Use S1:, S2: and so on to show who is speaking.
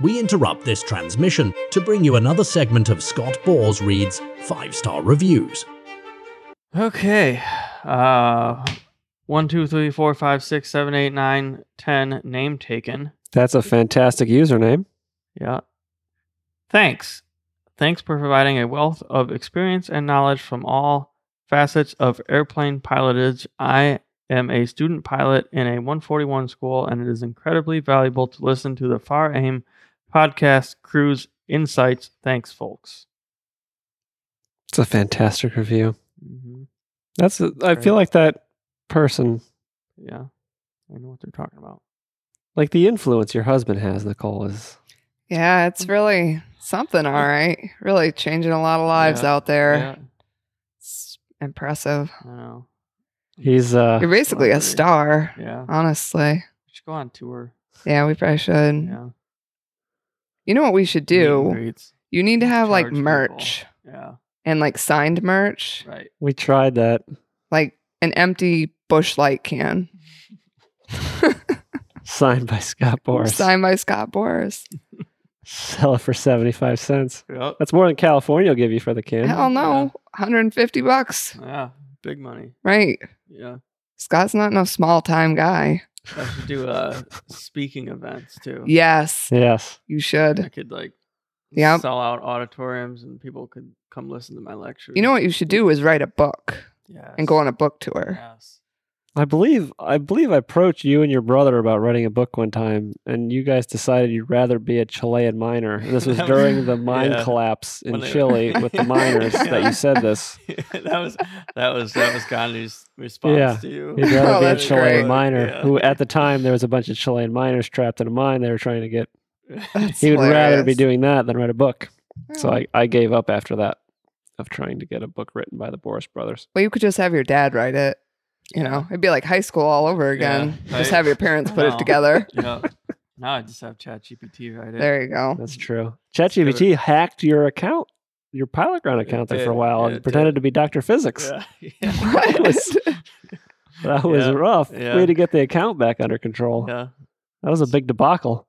S1: we interrupt this transmission to bring you another segment of Scott Bores Reads Five Star Reviews.
S2: Okay. Uh, one, two, three, four, five, six, seven, eight, nine, ten. Name taken.
S3: That's a fantastic username.
S2: Yeah. Thanks. Thanks for providing a wealth of experience and knowledge from all facets of airplane pilotage. I am a student pilot in a 141 school, and it is incredibly valuable to listen to the Far Aim podcast cruise insights. Thanks, folks.
S3: It's a fantastic review.
S2: hmm
S3: That's a, I feel
S2: Right.
S3: like that person,
S2: Yeah. I know what they're talking about.
S3: like the influence your husband has, Nicole is.
S4: Yeah, it's really something, all right. Really changing a lot of lives
S2: Yeah,
S4: out there.
S2: Yeah.
S4: It's impressive.
S2: I know.
S3: He's uh
S4: You're basically a
S2: agree.
S4: star,
S2: Yeah. We
S4: honestly.
S2: should go on tour.
S4: Yeah, we probably should.
S2: Yeah.
S4: You know what we should
S2: Meet and
S4: do?
S2: greets.
S4: You need to have like
S2: Charge people.
S4: merch
S2: Yeah.
S4: and like signed merch,
S2: Right.
S3: we tried that.
S4: like an empty bush light can.
S3: Signed by Scott Boris.
S4: signed by Scott Boris.
S3: Sell it for seventy five cents.
S2: Yep.
S3: That's more than California will give you for the can.
S4: Hell no.
S2: Yeah.
S4: 150 bucks.
S2: Yeah. Big money.
S4: Right.
S2: Yeah.
S4: Scott's not no small time guy.
S2: I should do uh speaking events too.
S4: Yes,
S3: Yes.
S4: you
S2: I
S4: should.
S2: could like
S4: Yep.
S2: sell out auditoriums and people could come listen to my lectures.
S4: You know what you should do is write a book
S2: Yes.
S4: and go on a book tour.
S2: Yes.
S3: I believe I believe I approached you and your brother about writing a book one time, and you guys decided you'd rather be a Chilean miner. And this was
S2: That was-
S3: during the mine
S2: yeah.
S3: collapse in
S2: When they-
S3: Chile with the miners that you said this.
S2: that was that was that was Gandhi's response
S3: Yeah.
S2: to you.
S3: You'd rather
S4: Oh,
S3: be a
S4: that's
S3: Chilean
S4: great.
S3: miner
S2: Yeah.
S3: who, at the time, there was a bunch of Chilean miners trapped in a mine. They were trying to get.
S4: That's
S3: he would rather be
S4: hilarious.
S3: doing that than write a book. So
S4: Oh.
S3: I, I gave up after that of trying to get a book written by the Boris brothers.
S4: Well, you could just have your dad write it. You
S2: Yeah.
S4: know, it'd be like high school all over again.
S2: Yeah,
S4: Just
S2: right.
S4: have your parents put
S2: No.
S4: it together.
S2: yeah. Now I just have ChatGPT right
S4: There you go.
S3: That's true.
S2: give it-
S3: ChatGPT hacked your account, your PileGround
S2: It
S3: account there for a
S2: did.
S3: while,
S2: It
S3: and
S2: did.
S3: pretended to be Dr. Physics.
S2: Yeah. yeah.
S4: What?
S3: was- That was
S2: Yeah,
S3: rough.
S2: yeah.
S3: We had to get the account back under control.
S2: Yeah.
S3: That was a big debacle.